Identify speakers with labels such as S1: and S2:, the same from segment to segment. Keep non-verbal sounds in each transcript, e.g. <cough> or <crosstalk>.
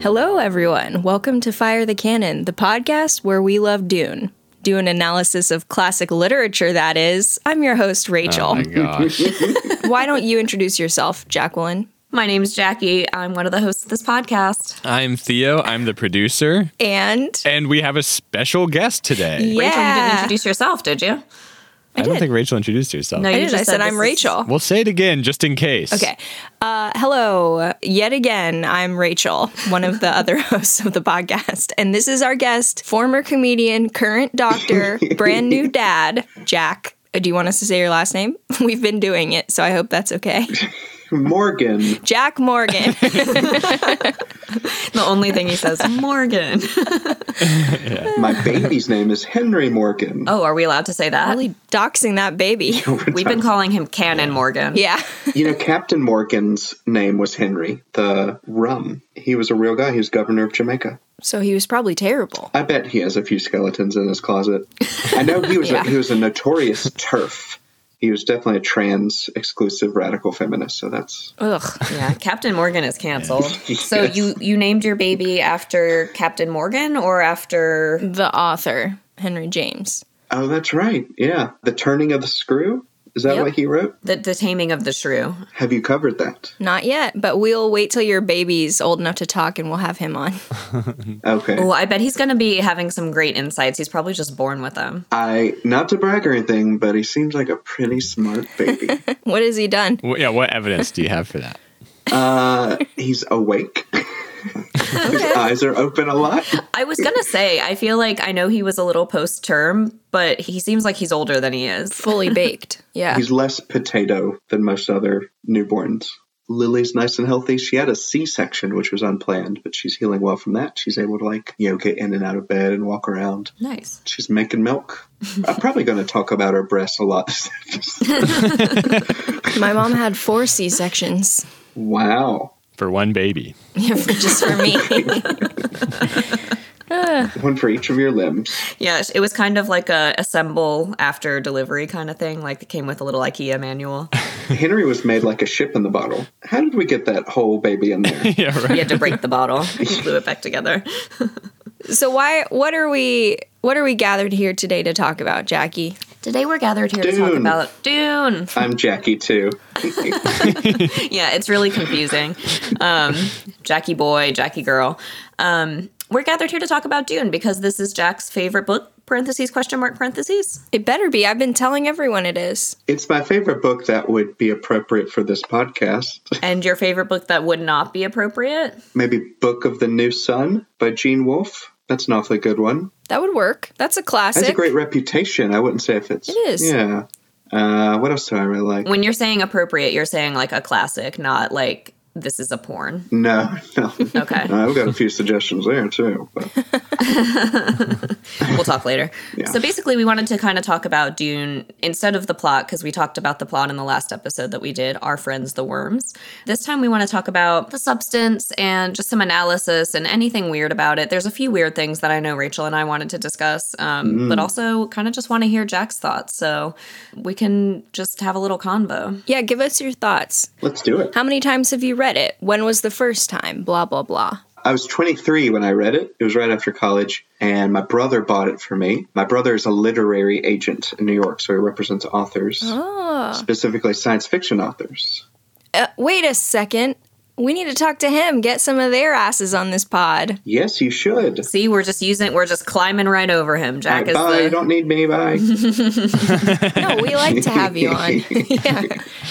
S1: Hello, everyone. Welcome to Fire the Cannon, the podcast where we love Dune. Do an analysis of classic literature, that is. I'm your host, Rachel. <laughs>
S2: Oh my gosh.
S1: Why don't you introduce yourself, Jacqueline?
S3: My name's Jackie. I'm one of the hosts of this podcast.
S2: I'm Theo. I'm the producer.
S1: And
S2: And we have a special guest today.
S3: Rachel, Oh, you didn't
S1: yeah,
S3: introduce yourself, did you?
S2: I, don't
S1: did.
S2: think Rachel introduced herself.
S3: No,
S1: I
S3: you
S1: did. I
S3: just
S1: said
S3: this
S1: I'm
S3: is-
S1: Rachel.
S2: We'll say it again just in case.
S1: Okay. Uh, hello, yet again. I'm Rachel, one of the other <laughs> hosts of the podcast. And this is our guest, former comedian, current doctor, brand
S3: <laughs>
S1: new dad, Jack. Uh, Do you want us to say your last name? <laughs> We've been doing it, so I hope that's okay.
S4: Morgan.
S1: Jack Morgan.
S3: The only thing he says, <laughs> Morgan.
S4: My baby's name is Henry Morgan.
S3: oh, are we allowed to say that?
S1: really doxing that baby.
S3: We've been calling him Canon Morgan.
S1: Yeah.
S4: You know, Captain Morgan's name was Henry, the rum. He was a real guy. He was governor of Jamaica.
S1: So he was probably terrible.
S4: I bet he has a few skeletons in his closet. I know he was
S1: <laughs> Yeah.
S4: a, he was a notorious turf. He was definitely a trans exclusive radical feminist. So that's
S1: Ugh.
S3: Yeah, Captain Morgan is canceled. So
S4: Yes.
S3: you you named your baby after Captain Morgan or after
S1: The author, Henry James.
S4: oh, that's right. Yeah, the turning of the screw. Is that
S1: Yep.
S4: what he wrote?
S3: the, the Taming of the Shrew?
S4: Have you covered that?
S1: Not yet, but we'll wait till your baby's old enough to talk and we'll have him on. <laughs>
S4: Okay.
S3: Well, Oh, I bet he's going to be having some great insights. He's probably just born with them.
S4: I not to brag or anything, but he seems like a pretty smart baby.
S1: <laughs> What has he done?
S2: Wh- yeah, what evidence do you have for that?
S4: Uh, he's awake. <laughs> His eyes are open a lot.
S3: I was going to say, I feel like I know he was a little post term, but he seems like he's older than he is.
S1: Fully baked. Yeah.
S4: He's less potato than most other newborns. Lily's nice and healthy. She had a C-section, which was unplanned, but she's healing well from that. She's able to like, you know, get in and out of bed and walk around.
S3: Nice.
S4: She's making milk. I'm probably going to talk about her breasts a lot. <laughs>
S1: My mom had four C sections.
S4: wow,
S2: For one baby.
S1: <laughs>
S2: <laughs>
S1: Yeah, for, just for me.
S4: one for each of your limbs.
S3: Yeah, it was kind of like a assemble after delivery kind of thing. Like it came with a little IKEA manual.
S4: Henry was made like a ship in the bottle. How did we get that whole baby
S2: <laughs>
S4: in there?
S2: Yeah, right.
S3: We had to break the bottle. We glue it back together.
S1: so why what are we what are we gathered here today to talk about, Jackie?
S3: Today we're gathered here to talk
S4: Dune.
S3: about Dune.
S4: I'm Jackie too.
S3: Yeah, it's really confusing. Um, Jackie boy, Jackie girl. Um, we're gathered here to talk about Dune because this is Jack's favorite book. Parentheses question mark parentheses.
S1: It better be. I've been telling everyone it is.
S4: It's my favorite book that would be appropriate for this podcast.
S3: And your favorite book that would not be appropriate?
S4: Maybe Book of the New Sun by Gene Wolfe. That's an awfully good one.
S1: That would work. That's a
S4: It
S1: classic.
S4: has a great reputation. I wouldn't say if it's. It
S1: is.
S4: Yeah. Uh, what else do I really like?
S3: When you're saying appropriate, you're saying like a classic, not like this is a porn.
S4: No, no.
S3: Okay.
S4: No, I've got a few suggestions there too. But
S3: we'll talk later.
S4: <laughs> Yeah.
S3: So basically, we wanted to kind of talk about Dune instead of the plot because we talked about the plot in the last episode that we did, Our Friends the Worms. This time, we want to talk about the substance and just some analysis and anything weird about it. There's a few weird things that I know Rachel and I wanted to discuss, um,
S4: Mm-hmm.
S3: but also kind of just want to hear Jack's thoughts so we can just have a little convo.
S1: yeah, give us your thoughts.
S4: let's do it.
S1: How many times have you read it? When was the first time? Blah blah blah.
S4: I was 23 when I read it. It was right after college, and my brother bought it for me. My brother is a literary agent in New York, so he represents authors,
S1: Oh.
S4: specifically science fiction authors.
S1: Uh, wait a second. We need to talk to him. Get some of their asses on this pod.
S4: Yes, you should.
S3: See, we're just using, we're just climbing right over him. Jack
S4: Bye.
S3: is
S4: bye.
S3: the.
S4: Don't need me. Bye.
S1: No, we like to have you on. <laughs> yeah.
S4: <laughs>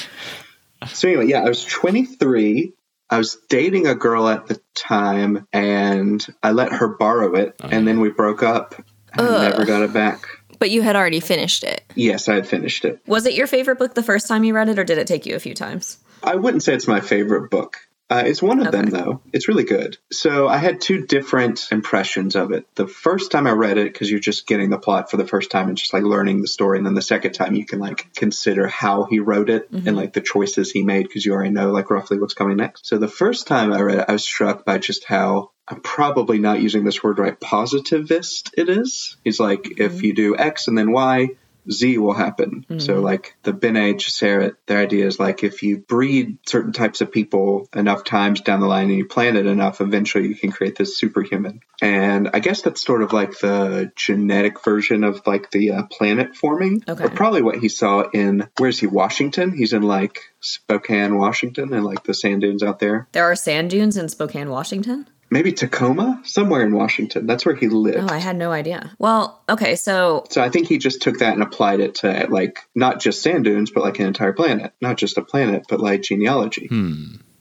S4: So anyway, yeah, I was 23. I was dating a girl at the time, and I let her borrow it, and then we broke up. And I never got it back.
S1: But you had already finished it.
S4: Yes, I had finished it.
S3: Was it your favorite book the first time you read it, or did it take you a few times?
S4: I wouldn't say it's my favorite book. Uh, it's one of them, though. It's really good. So I had two different impressions of it. The first time I read it, because you're just getting the plot for the first time and just like learning the story. And then the second time, you can like consider how he wrote it and like the choices he made, because you already know like roughly what's coming next. So the first time I read it, I was struck by just how I'm probably not using this word right positivist it is. He's like, if you do X and then Y, Z will happen.
S3: Hmm.
S4: So, like the Bene Gesserit, their idea is like if you breed certain types of people enough times down the line and you plant it enough, eventually you can create this superhuman. And I guess that's sort of like the genetic version of like the uh, planet forming,
S3: Okay.
S4: or probably what he saw in where is he? Washington. He's in like Spokane, Washington, and like the sand dunes out there.
S3: There are sand dunes in Spokane, Washington?
S4: Maybe Tacoma, somewhere in Washington. That's where he lived.
S3: Oh, I had no idea. Well, okay, so
S4: So I think he just took that and applied it to like not just sand dunes, but like an entire planet, not just a planet, but like genealogy.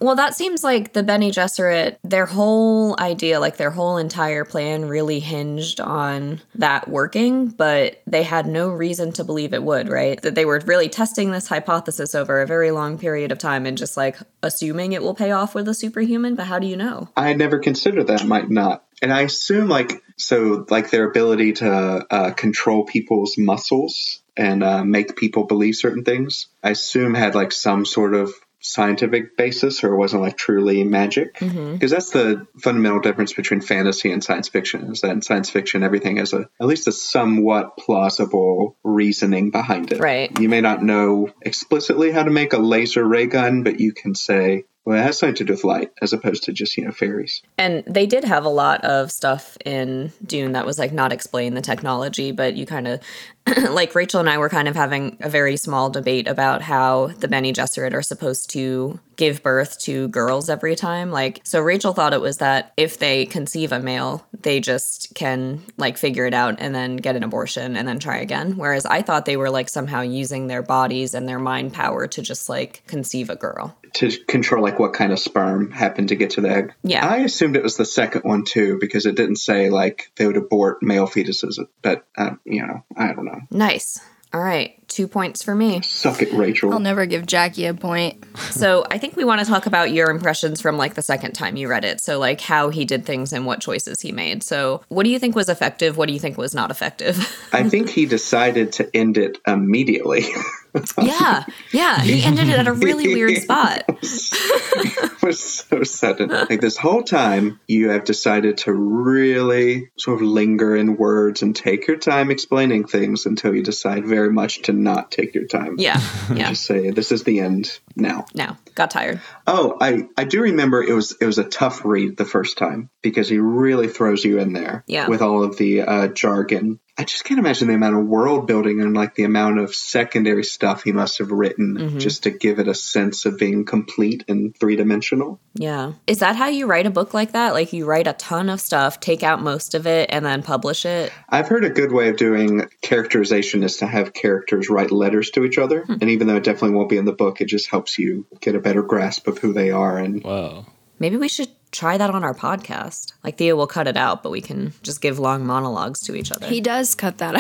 S3: Well, that seems like the Benny Gesserit, their whole idea, like their whole entire plan really hinged on that working, but they had no reason to believe it would, right? That they were really testing this hypothesis over a very long period of time and just like assuming it will pay off with a superhuman, but how do you know?
S4: I had never considered that might not, and I assume like so like their ability to uh, control people's muscles and uh, make people believe certain things. I assume had like some sort of scientific basis or wasn't like truly magic because that's the fundamental difference between fantasy and science fiction is that in science fiction everything has a at least a somewhat plausible reasoning behind it
S3: Right.
S4: you may not know explicitly how to make a laser ray gun, but you can say, well, it has something to do with light, as opposed to just, you know, fairies.
S3: And they did have a lot of stuff in Dune that was like not explain the technology, but you kind of <clears throat> like Rachel and I were kind of having a very small debate about how the Bene Gesserit are supposed to give birth to girls every time. Like, so Rachel thought it was that if they conceive a male, they just can like figure it out and then get an abortion and then try again. Whereas I thought they were like somehow using their bodies and their mind power to just like conceive a girl.
S4: To control, like, what kind of sperm happened to get to the egg.
S3: Yeah.
S4: I assumed it was the second one, too, because it didn't say, like, they would abort male fetuses, but, um, you know, I don't know.
S3: Nice. All right. Two points for me.
S4: Suck it, Rachel.
S1: I'll never give Jackie a point.
S3: So I think we want to talk about your impressions from like the second time you read it. So like how he did things and what choices he made. So what do you think was effective? What do you think was not effective?
S4: I think he decided to end it immediately.
S3: <laughs>
S4: <laughs>
S3: yeah. Yeah. He ended it at a really weird spot.
S4: <laughs> It was so sudden. Like this whole time, you have decided to really sort of linger in words and take your time explaining things until you decide very much to not take your time.
S3: Yeah. Yeah.
S4: Just say this is the end now.
S3: No. Got tired.
S4: Oh, I, I do remember it was it was a tough read the first time because he really throws you in there
S3: Yeah.
S4: with all of the uh, jargon. I just can't imagine the amount of world building and like the amount of secondary stuff he must have written
S3: Mm-hmm.
S4: just to give it a sense of being complete and three dimensional.
S3: Yeah. Is that how you write a book like that? Like you write a ton of stuff, take out most of it, and then publish it?
S4: I've heard a good way of doing characterization is to have characters write letters to each other. And even though it definitely won't be in the book, it just helps you get a better grasp of who they are. And
S2: Whoa.
S3: Maybe we should try that on our podcast. Like Thea will cut it out, but we can just give long monologues to each other.
S1: He does cut that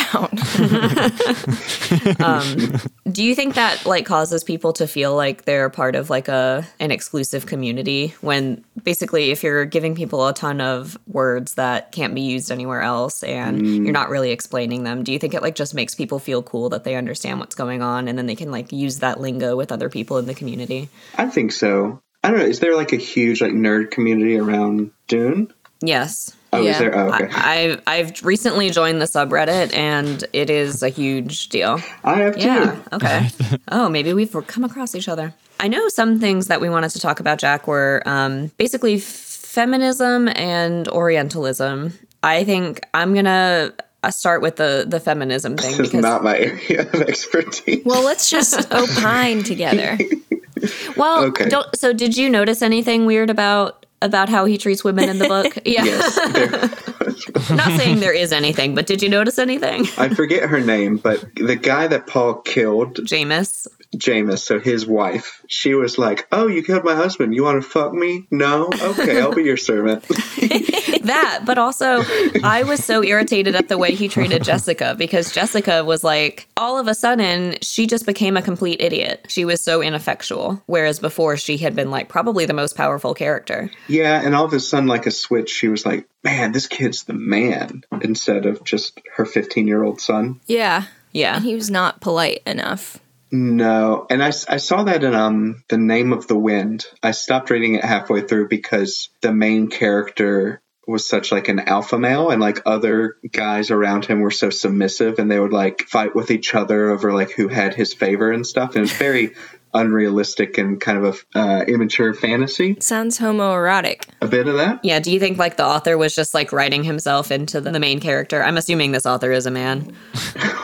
S1: <laughs> out.
S3: Do you think that like causes people to feel like they're part of like a an exclusive community when basically if you're giving people a ton of words that can't be used anywhere else and you're not really explaining them, do you think it like just makes people feel cool that they understand what's going on and then they can like use that lingo with other people in the community?
S4: I think so. I don't know. Is there like a huge like nerd community around Dune?
S3: Yes.
S4: Oh, is
S1: Yeah.
S4: there? Oh, okay.
S3: I, I've I've recently joined the subreddit and it is a huge deal.
S4: I have too.
S3: Yeah.
S4: <laughs>
S3: Okay. oh, maybe we've come across each other. I know some things that we wanted to talk about, Jack, were um, basically feminism and Orientalism. I think I'm gonna uh, start with the the feminism thing
S4: <laughs> This is
S3: because
S4: not my area of expertise.
S1: well, let's just opine together.
S3: well,
S4: Okay.
S3: don't, so did you notice anything weird about? About how he treats women in the book. Yeah.
S4: <laughs> Yes, there-
S3: <laughs> Not saying there is anything, but did you notice anything?
S4: <laughs> I forget her name, but the guy that Paul killed,
S3: Jameis.
S4: Jameis, so his wife, she was like, "Oh, you killed my husband. You want to fuck me? No, okay, I'll be your servant." <laughs>
S3: that, but also I was so irritated at the way he treated Jessica because Jessica was like, all of a sudden, she just became a complete idiot. She was so ineffectual, whereas before she had been like probably the most powerful character.
S4: Yeah, and all of a sudden, like a switch, she was like, "Man, this kid's the man," instead of just her fifteen-year-old son.
S1: Yeah.
S3: Yeah.
S1: And he was not polite enough.
S4: No, and I, s- I saw that in um the name of the wind. I stopped reading it halfway through because the main character was such like an alpha male and like other guys around him were so submissive and they would like fight with each other over like who had his favor and stuff. And it was very <laughs> unrealistic and kind of a uh, immature fantasy.
S1: Sounds homoerotic.
S4: A bit of that.
S3: Yeah, do you think like the author was just like writing himself into the the main character? I'm assuming this author is a man.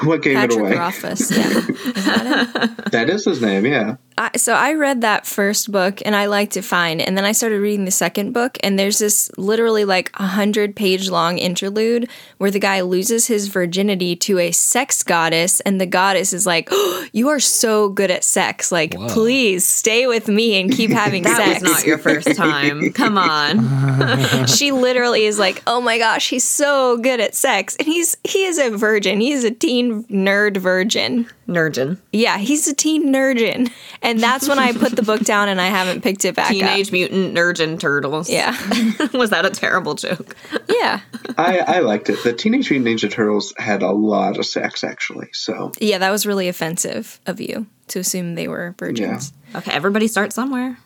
S4: What gave it
S1: Patrick
S4: away?
S1: Rothfuss. Yeah.
S4: That is his name. Yeah.
S1: I, so I read that first book and I liked it fine. And then I started reading the second book, and there's this literally like a hundred page long interlude where the guy loses his virginity to a sex goddess, and the goddess is like, <gasps> oh, "You are so good at sex. Like, please stay with me and
S3: <laughs>
S1: keep having
S3: That was
S1: sex."
S3: not your first time. Come on.
S1: she literally is like, "Oh my gosh, he's so good at sex," and he's he is a virgin. He is a teen nerd virgin.
S3: Nurgin.
S1: Yeah, he's a teen nerdin, and that's when I put the book down and I haven't picked it back up.
S3: Teenage Mutant Nurgin Turtles.
S1: Yeah,
S3: <laughs> was that a terrible joke?
S1: yeah,
S4: I, I liked it. The Teenage Mutant Ninja Turtles had a lot of sex actually. So
S1: yeah. That was really offensive of you to assume they were virgins.
S3: Okay, everybody start somewhere.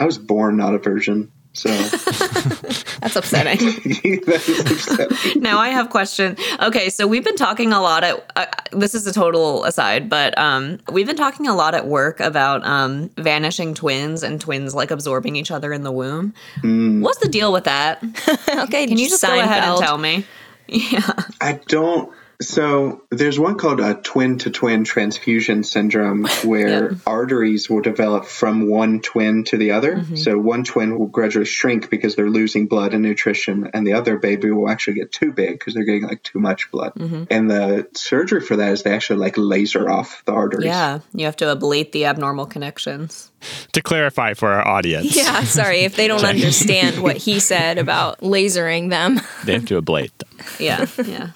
S4: I was born not a virgin. So <laughs>
S3: That's upsetting.
S4: that is upsetting.
S3: now I have question. Okay, so we've been talking a lot at uh, this is a total aside, but um, we've been talking a lot at work about um, vanishing twins and twins like absorbing each other in the womb. What's the deal with that?
S1: Okay,
S3: Can you just go ahead and
S1: Seinfeld.
S3: tell me?
S4: I don't. So there's one called a twin to twin transfusion syndrome where arteries will develop from one twin to the other. So one twin will gradually shrink because they're losing blood and nutrition, and the other baby will actually get too big because they're getting like too much blood. And the surgery for that is they actually like laser off the arteries.
S3: Yeah, you have to ablate the abnormal connections.
S2: To clarify for our audience,
S1: <laughs> Yeah, sorry if they don't understand what
S3: <laughs>
S1: he said about lasering them.
S2: they have to ablate them.
S3: Yeah, yeah.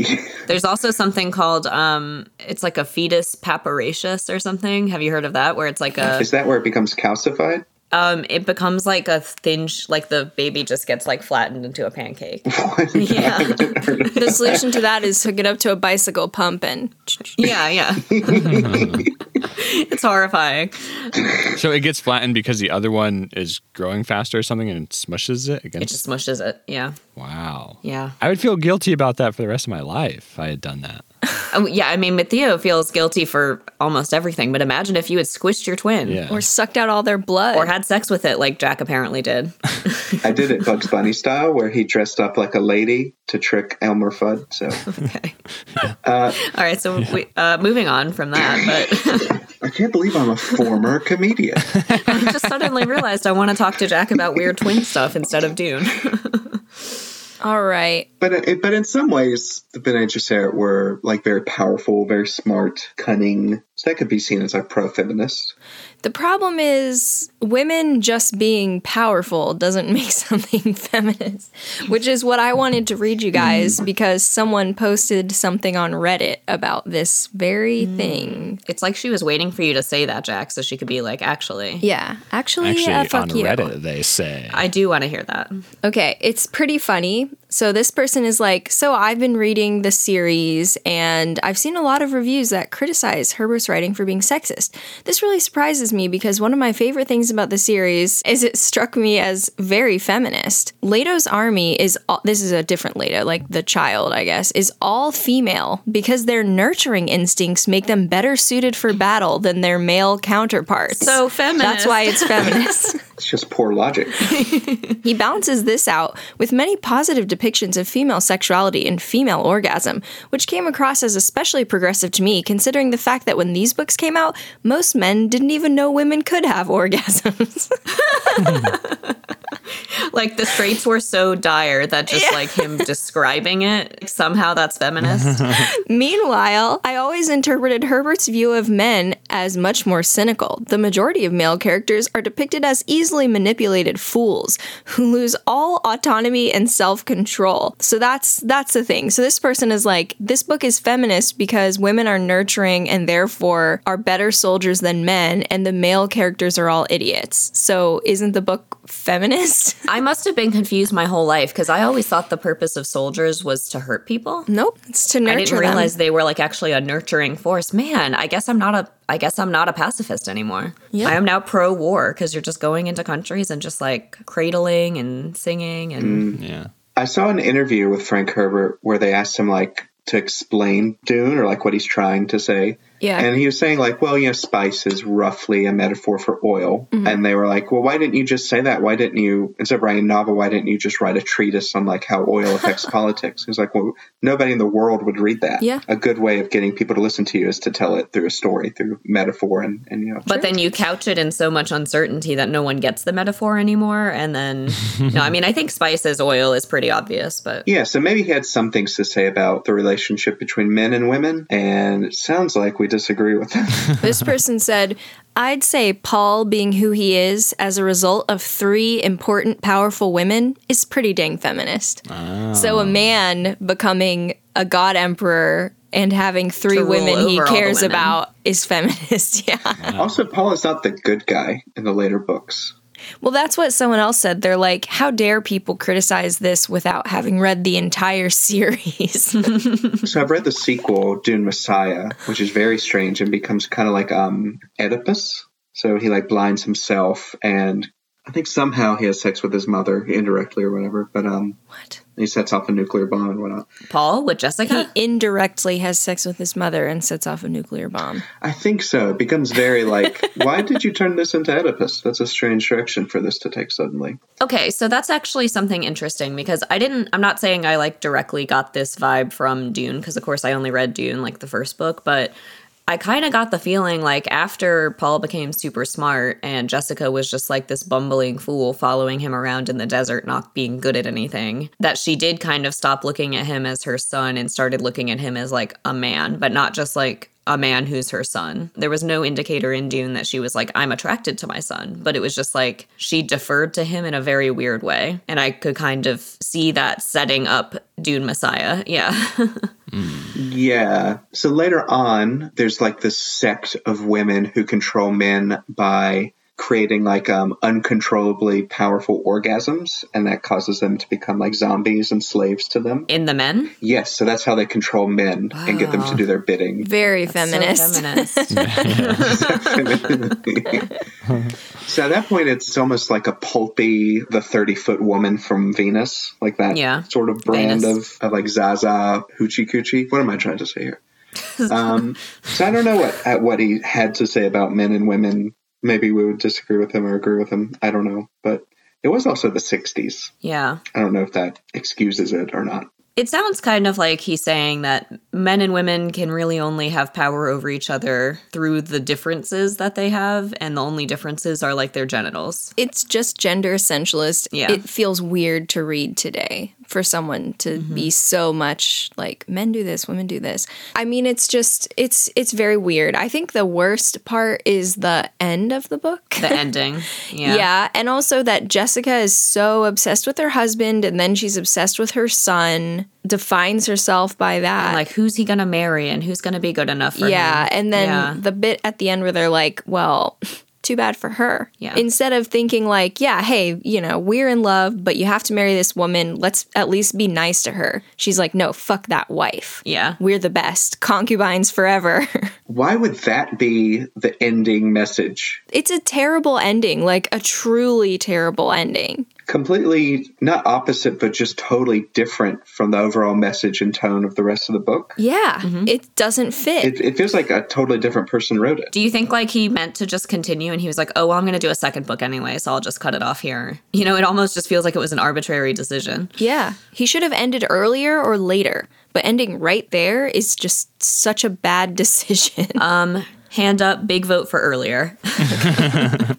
S3: There's also something called um, it's like a fetus papyraceous or something. Have you heard of that? Where it's like a
S4: Is that where it becomes calcified?
S3: um, it becomes like a thin, sh- like the baby just gets like flattened into a pancake. yeah,
S1: The solution to that is hook it up to a bicycle pump and
S3: <laughs> yeah, yeah. <laughs> it's horrifying.
S2: So it gets flattened because the other one is growing faster or something and smushes it
S3: It
S2: against.
S3: just smushes it. Yeah,
S2: wow.
S3: yeah.
S2: I would feel guilty about that for the rest of my life if I had done that.
S3: Oh, yeah, I mean, Matteo feels guilty for almost everything, but imagine if you had squished your twin
S2: Yeah.
S1: or sucked out all their blood.
S3: or had sex with it like Jack apparently did.
S4: I did it Bugs Bunny style, where he dressed up like a lady to trick Elmer Fudd. So
S3: Okay. All right, so we, uh, moving on from that, but <laughs>
S4: I can't believe I'm a former comedian.
S3: I just suddenly realized I want to talk to Jack about weird twin stuff instead of Dune. <laughs>
S1: all right.
S4: But it, but in some ways, the Ben and Gesserit were like very powerful, very smart, cunning. So that could be seen as like pro-feminist.
S1: The problem is women just being powerful doesn't <laughs> make something feminist, which is what I wanted to read
S3: Hmm.
S1: you guys because someone posted something on Reddit about this very
S3: Hmm.
S1: thing.
S3: It's like she was waiting for you to say that, Jack, so she could be like, actually,
S1: Yeah, actually,
S2: Actually,
S1: uh, fuck
S2: on
S1: you.
S2: Reddit, they say.
S3: I do want to hear that.
S1: Okay, it's pretty funny. So this person is like, so I've been reading the series and I've seen a lot of reviews that criticize Herbert's writing for being sexist. This really surprises me because one of my favorite things about the series is it struck me as very feminist. Leto's army is all, this is a different Leto, like the child, I guess, is all female because their nurturing instincts make them better suited for battle than their male counterparts.
S3: So feminist.
S1: that's why
S3: <laughs>
S1: it's feminist.
S4: It's just poor logic.
S1: He balances this out with many positive depictions of female sexuality and female orgasm, which came across as especially progressive to me, considering the fact that when these books came out, most men didn't even know women could have <laughs> orgasms.
S3: like the straits were so dire that just like him describing it somehow
S1: <laughs>
S3: that's feminist.
S1: Meanwhile, I always interpreted Herbert's view of men as much more cynical. The majority of male characters are depicted as easily manipulated fools who lose all autonomy and self-control. So that's that's the thing. So this person is like this book is feminist because women are nurturing and therefore are better soldiers than men and the male characters are all idiots. So isn't the book feminist? <laughs>
S3: I must have been confused my whole life because I always thought the purpose of soldiers was to hurt people.
S1: nope, it's to nurture
S3: I didn't
S1: them.
S3: realize they were like actually a nurturing force. Man, I guess I'm not a I guess I'm not a pacifist anymore. I am now pro war because you're just going into countries and just like cradling and singing and
S2: yeah.
S4: I saw an interview with Frank Herbert where they asked him like to explain Dune or like what he's trying to say.
S1: Yeah.
S4: And he was saying like, well, you know, spice is roughly a metaphor for oil.
S1: Mm-hmm.
S4: And they were like, well, why didn't you just say that? Why didn't you instead of writing a novel? Why didn't you just write a treatise on like how
S1: <laughs>
S4: oil affects politics? He was like, well, nobody in the world would read that.
S1: Yeah.
S4: A good way of getting people to listen to you is to tell it through a story, through metaphor, and and you know.
S3: But then you couch it in so much uncertainty that no one gets the metaphor anymore. And then, no, I mean, I think spice as oil is pretty obvious, but
S4: Yeah, so maybe he had some things to say about the relationship between men and women, and it sounds like we disagree
S1: <laughs>
S4: with him.
S1: This person said, I'd say Paul being who he is as a result of three important, powerful women is pretty dang feminist. So a man becoming a god emperor and having three
S3: To rule
S1: women he
S3: over all the
S1: cares
S3: women.
S1: about is feminist. <laughs> Yeah.
S4: also, Paul is not the good guy in the later books.
S1: Well, that's what someone else said. They're like, how dare people criticize this without having read the entire <laughs> series?
S4: So I've read the sequel, Dune Messiah, which is very strange and becomes kind of like um, Oedipus. So he like blinds himself, and I think somehow he has sex with his mother indirectly or whatever. But um,
S1: what?
S4: he sets off a nuclear bomb and whatnot.
S3: Paul with
S1: He <laughs>
S3: Jessica.
S1: indirectly has sex with his mother and sets off a nuclear bomb.
S4: I think so. It becomes very like, why did you turn this into Oedipus? That's a strange direction for this to take suddenly.
S3: Okay, so that's actually something interesting because I didn't, I'm not saying I like directly got this vibe from Dune because, of course, I only read Dune like the first book, but I kind of got the feeling like after Paul became super smart and Jessica was just like this bumbling fool following him around in the desert, not being good at anything, that she did kind of stop looking at him as her son and started looking at him as like a man, but not just like a man who's her son. There was no indicator in Dune that she was like, I'm attracted to my son, but it was just like she deferred to him in a very weird way. And I could kind of see that setting up Dune Messiah. Yeah. <laughs>
S4: Yeah. So later on, there's like this sect of women who control men by creating like um, uncontrollably powerful orgasms, and that causes them to become like zombies and slaves to them.
S3: in the men.
S4: Yes, so that's how they control men and get them to do their bidding.
S1: Very
S3: So
S1: feminist.
S3: feminist.
S4: <laughs> so at that point, it's almost like a pulpy, the 30 foot woman from Venus, like that
S3: Yeah.
S4: sort of brand
S3: Venus.
S4: of, of like Zaza Hoochie Coochie. What am I trying to say
S3: <laughs>
S4: here? um, so I don't know what at what he had to say about men and women. Maybe we would disagree with him or agree with him. I don't know. But it was also the 60s.
S3: yeah.
S4: I don't know if that excuses it or not.
S3: It sounds kind of like he's saying that men and women can really only have power over each other through the differences that they have, and the only differences are like their genitals.
S1: it's just gender essentialist.
S3: Yeah.
S1: It feels weird to read today for someone to
S3: Mm-hmm.
S1: be so much like men do this, women do this. I mean, it's just it's it's very weird. I think the worst part is the end of the book. <laughs>
S3: The ending. Yeah.
S1: Yeah. and also that Jessica is so obsessed with her husband and then she's obsessed with her son, defines herself by that.
S3: Like, who's he going to marry and who's going to be good enough for
S1: yeah,
S3: him?
S1: and then
S3: Yeah.
S1: the bit at the end where they're like, well, <laughs> too bad for her.
S3: Yeah.
S1: Instead of thinking like, yeah, hey, you know, we're in love, but you have to marry this woman. Let's at least be nice to her. She's like, no, fuck that wife.
S3: Yeah.
S1: We're the best. Concubines forever. <laughs>
S4: Why would that be the ending message?
S1: it's a terrible ending, like a truly terrible ending.
S4: Completely not opposite, but just totally different from the overall message and tone of the rest of the book.
S1: Yeah.
S3: Mm-hmm.
S1: It doesn't fit.
S4: It, it feels like a totally different person wrote it.
S3: Do you think like he meant to just continue and he was like, oh, well, I'm going to do a second book anyway, so I'll just cut it off here? You know, it almost just feels like it was an arbitrary decision.
S1: Yeah. He should have ended earlier or later, but ending right there is just such a bad <laughs> decision.
S3: Hand up, big vote for earlier.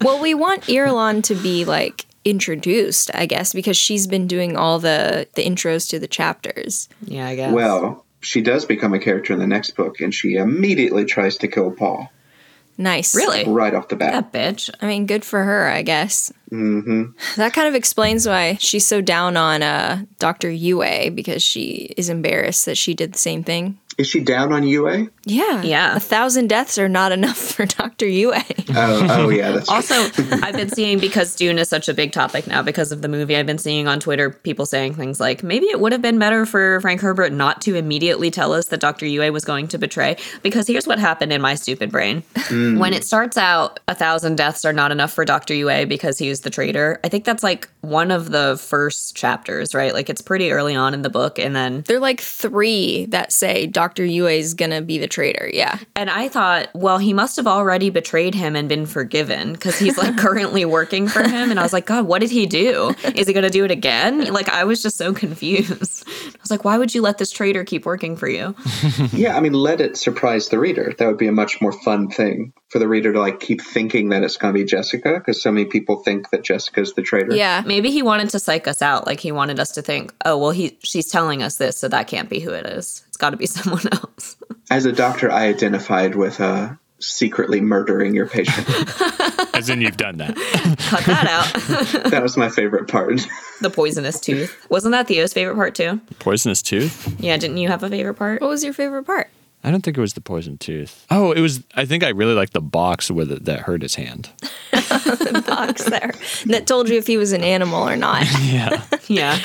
S1: well, we want Irulan to be like introduced, I guess, because she's been doing all the the intros to the chapters.
S3: yeah, I guess.
S4: Well, she does become a character in the next book, and she immediately tries to kill Paul
S1: Nice.
S3: really?
S4: right off the
S3: That
S4: bat.
S3: bitch.
S1: I mean, good for her, I guess. Mm-hmm. That kind of explains why she's so down on uh, Dr. Yue because she is embarrassed that she did the same thing.
S4: Is she down on UA?
S1: Yeah.
S3: Yeah.
S1: A thousand deaths are not <laughs> enough for Dr. Yue.
S4: Oh, oh yeah, that's
S3: Also, I've been seeing because Dune is such a big topic now because of the movie. I've been seeing on Twitter people saying things like, "Maybe it would have been better for Frank Herbert not to immediately tell us that Dr. Yue was going to betray." Because here's what happened in my stupid brain: when it starts out, a thousand deaths are not enough for Dr. Yue because he was the traitor. I think that's like one of the first chapters, right? Like it's pretty early on in the book, and then
S1: There are like three that say Dr. Yue is going to be the traitor. Yeah.
S3: And I thought, well, he must have already betrayed him and been forgiven because he's like currently working for him. And I was like, God, what did he do? Is he going to do it again? Like, I was just so confused. I was like, why would you let this traitor keep working for you?
S4: yeah. I mean, let it surprise the reader. That would be a much more fun thing for the reader to like keep thinking that it's going to be Jessica because so many people think that Jessica's the traitor.
S1: Yeah.
S3: Maybe he wanted to psych us out. Like, he wanted us to think, oh, well, he she's telling us this, so that can't be who it is. It's got to be <laughs> someone else.
S4: As a doctor, I identified with uh, secretly murdering your patient.
S2: As in, you've done that.
S3: Cut that out.
S4: that was my favorite part. <laughs>
S3: the poisonous tooth. Wasn't that Theo's favorite part, too?
S2: <laughs> Poisonous tooth?
S3: Yeah, didn't you have a favorite part?
S1: What was your favorite part?
S2: I don't think it was the poison tooth. Oh, it was. I think I really liked the box with it that hurt his hand.
S1: <laughs> The box there <laughs> that told you if he was an animal or not.
S2: <laughs> Yeah.
S3: Yeah.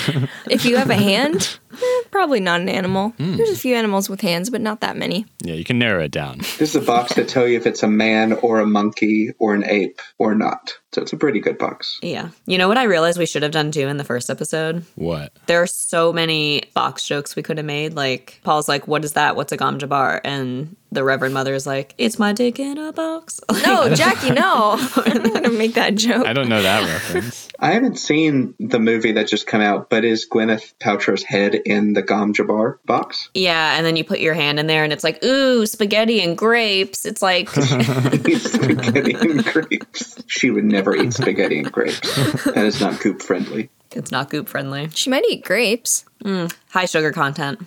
S1: If you have a hand, eh, probably not an animal.
S4: Hmm.
S1: There's a few animals with hands, but not that
S4: <laughs>
S1: many.
S2: yeah, you can narrow it down.
S4: This is a box that tell you if it's a man or a monkey or an ape or not. So it's a pretty good box.
S3: Yeah. You know what I realized we should have done, too, in the first episode?
S2: What?
S3: There are so many box jokes we could have made. Like Paul's like, "What is that? What's a gom jabar?" And the Reverend Mother is like, "It's my dick in a box." <laughs>
S1: No, Jackie, no. <laughs> I'm not going to make that joke.
S2: I don't know that reference.
S4: I haven't seen the movie that just come out, but is Gwyneth Paltrow's head in the Gom Jabar box? <laughs>
S3: yeah, and then you put your hand in there, and it's like, "Ooh, spaghetti and grapes." It's like, <laughs>
S4: spaghetti and <laughs> grapes. She would never eat spaghetti and grapes. That is not goop friendly.
S3: it's not goop friendly.
S1: She might eat grapes.
S3: High sugar content.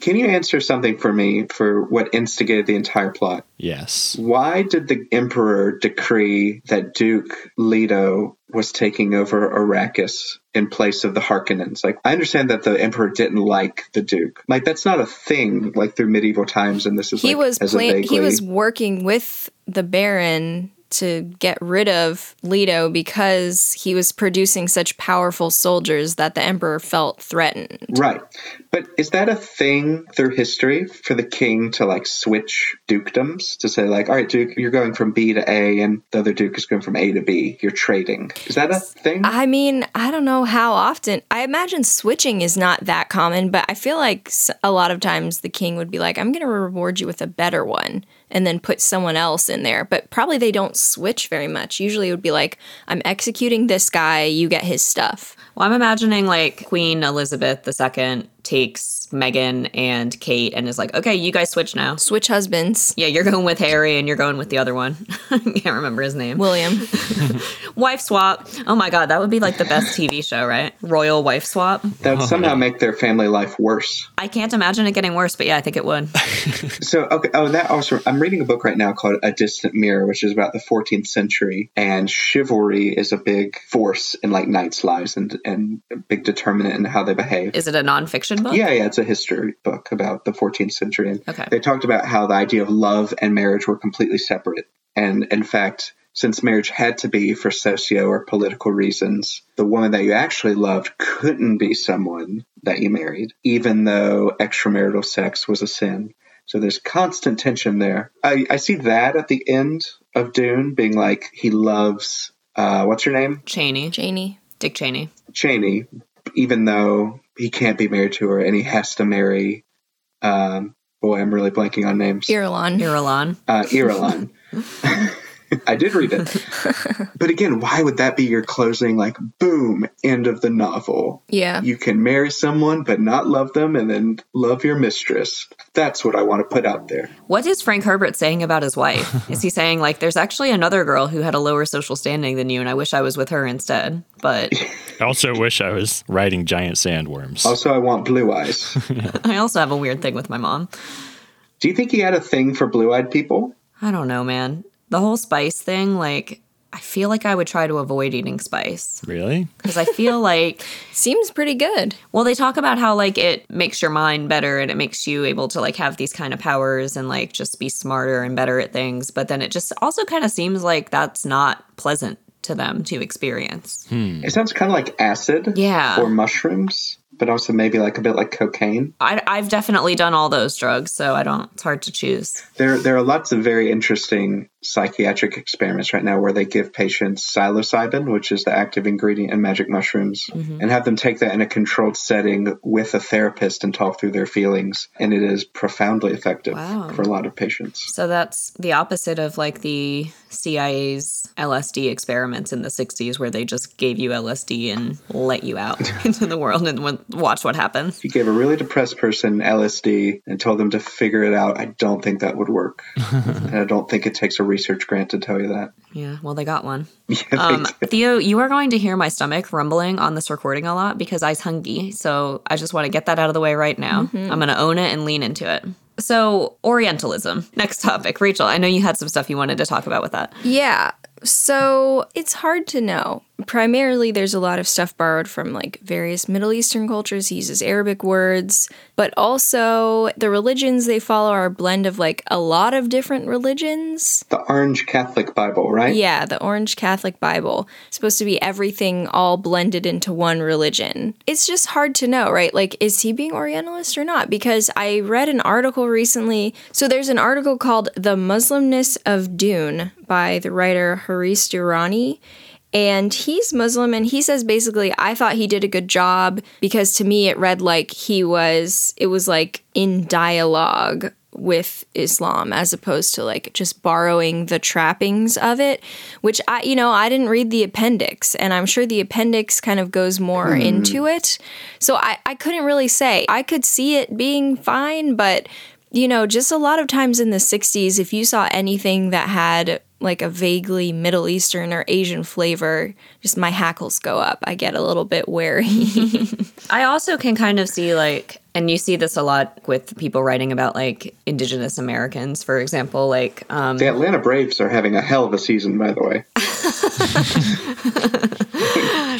S4: Can you answer something for me for what instigated the entire plot?
S2: Yes.
S4: Why did the emperor decree that Duke Leto was taking over Arrakis in place of the Harkonnens? Like, I understand that the emperor didn't like the Duke. Like, that's not a thing. Like through medieval times, and this is
S1: He
S4: like,
S1: was
S4: as a
S1: plan- he
S4: vaguely-
S1: was working with the Baron to get rid of Leto because he was producing such powerful soldiers that the emperor felt threatened.
S4: Right. But is that a thing through history for the king to like switch dukedoms to say like, all right, duke, you're going from B to A and the other duke is going from A to B. You're trading. Is that a thing?
S1: I mean, I don't know how often. I imagine switching is not that common, but I feel like s- a lot of times the king would be like, "I'm going to reward you with a better one." And then put someone else in there, but probably they don't switch very much. Usually it would be like, I'm executing this guy, you get his stuff.
S3: Well, I'm imagining like Queen Elizabeth II takes Meghan and Kate and is like, "Okay, you guys switch now."
S1: Switch husbands,
S3: Yeah, you're going with Harry and you're going with the other one. <laughs> I can't remember his name.
S1: William.
S3: Wife swap. Oh my god, that would be like the best TV show, right? Royal wife swap.
S4: that would somehow make their family life worse.
S3: I can't imagine it getting worse, but yeah, I think it
S4: <laughs>
S3: would.
S4: So, okay. Oh, that also, I'm reading a book right now called A Distant Mirror, which is about the 14th century. And chivalry is a big force in like knights' lives and, and a big determinant in how they behave.
S3: Is it a nonfiction book?
S4: Yeah, yeah, it's a history book about the 14th century. And
S3: Okay.
S4: they talked about how the idea of love and marriage were completely separate. And in fact, since marriage had to be for socio or political reasons, the woman that you actually loved couldn't be someone that you married, even though extramarital sex was a sin. So there's constant tension there. I, I see that at the end of Dune being like, he loves, uh, what's her name?
S3: Cheney.
S1: Janie.
S3: Dick Cheney.
S4: Cheney, even though he can't be married to her and he has to marry, um, boy, I'm really blanking on names.
S1: Irulan.
S3: Irulan.
S4: Uh, Irulan. <laughs> I did read it. But again, why would that be your closing, like, boom, end of the novel?
S1: Yeah.
S4: You can marry someone, but not love them, and then love your mistress. That's what I want to put out there.
S3: What is Frank Herbert saying about his
S4: <laughs>
S3: wife? Is he saying like there's actually another girl who had a lower social standing than you and I wish I was with her instead?
S4: <laughs>
S3: But
S2: I also wish I was riding giant sandworms.
S4: Also, I want blue eyes.
S3: I also have a weird thing with my mom.
S4: Do you think he had a thing for blue eyed people?
S3: I don't know, man. The whole spice thing, like, I feel like I would try to avoid eating spice
S2: Really?
S3: because I
S4: <laughs>
S3: feel like
S1: Seems pretty good.
S3: Well, they talk about how like it makes your mind better and it makes you able to like have these kind of powers and like just be smarter and better at things, but then it just also kind of seems like that's not pleasant to them to experience.
S4: It sounds kind of like acid
S3: Yeah.
S4: or mushrooms, but also maybe like a bit like cocaine.
S3: I, I've definitely done all those drugs, so I don't. It's hard to choose.
S4: There, there are lots of very interesting psychiatric experiments right now where they give patients psilocybin, which is the active ingredient in magic mushrooms, and have them take that in a controlled setting with a therapist and talk through their feelings. And it is profoundly effective
S3: Wow.
S4: for a lot of patients.
S3: So that's the opposite of like the CIA's LSD experiments in the '60s, where they just gave you LSD and let you out <laughs> into the world and w- watch what happens.
S4: If you gave a really depressed person LSD and told them to figure it out, I don't think that would work. and I don't think it takes a research grant to tell you that.
S3: Yeah. Well, they got one.
S4: <laughs> Yeah, they
S3: Um,
S4: do.
S3: Theo, you are going to hear my stomach rumbling on this recording a lot because I's hungry. So I just want to get that out of the way right now. I'm going to own it and lean into it. So, Orientalism. Next topic. Rachel, I know you had some stuff you wanted to talk about with that.
S1: Yeah. So it's hard to know. Primarily, there's a lot of stuff borrowed from like various Middle Eastern cultures. He uses Arabic words, but also the religions they follow are a blend of like a lot of different religions.
S4: the Orange Catholic Bible, right?
S1: Yeah, the Orange Catholic Bible. It's supposed to be everything all blended into one religion. It's just hard to know, right? Like, is he being Orientalist or not? Because I read an article recently. So there's an article called The Muslimness of Dune by the writer Haris Durrani. And he's Muslim, and he says basically, I thought he did a good job because to me it read like he was, it was like in dialogue with Islam as opposed to like just borrowing the trappings of it, which I, you know, I didn't read the appendix and I'm sure the appendix kind of goes more into it. So I, I couldn't really say. I could see it being fine, but you know, just a lot of times in the 60s, if you saw anything that had like a vaguely Middle Eastern or Asian flavor, just my hackles go up. I get a little bit wary. <laughs>
S3: I also can kind of see like, and you see this a lot with people writing about like indigenous Americans, for example. Like, um,
S4: The Atlanta Braves are having a hell of a season, by the way.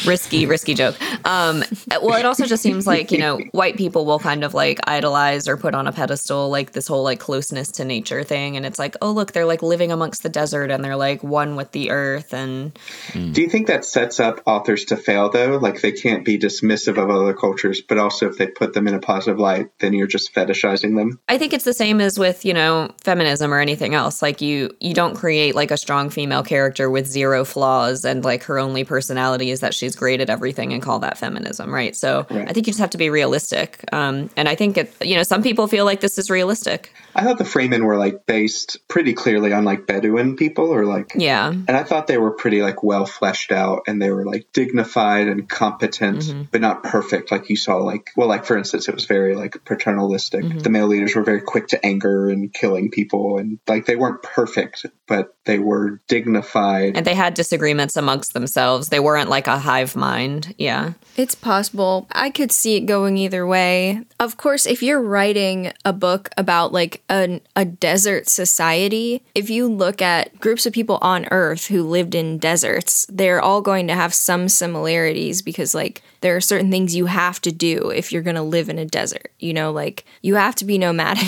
S3: risky, risky joke. Um, well, it also just seems like you know white people will kind of like idolize or put on a pedestal like this whole like closeness to nature thing, and it's like, oh look, they're like living amongst the desert and they're like one with the earth, and
S4: Do you think that sets up authors to fail, though? Like, they can't be dismissive of other cultures, but also if they put them in a positive light, then you're just fetishizing them.
S3: I think it's the same as with you know feminism or anything else. Like you you don't create like a strong female character with zero flaws and like her only personality is that she's great at everything and call that feminism, right? So I think you just have to be realistic, um, and I think it you know some people feel like this is realistic.
S4: I thought the Freemen were, like, based pretty clearly on, like, Bedouin people or, like,
S3: Yeah.
S4: and I thought they were pretty, like, well fleshed out and they were, like, dignified and competent,
S3: Mm-hmm.
S4: but not perfect. Like, you saw, like, well, like, for instance, it was very, like, paternalistic.
S3: Mm-hmm.
S4: The male leaders were very quick to anger and killing people, and, like, they weren't perfect, but they were dignified
S3: and they had disagreements amongst themselves. They weren't like a hive mind. Yeah.
S1: It's possible. I could see it going either way. Of course, if you're writing a book about like an, a desert society, if you look at groups of people on Earth who lived in deserts, they're all going to have some similarities because like there are certain things you have to do if you're going to live in a desert. You know, like you have to be nomadic. <laughs>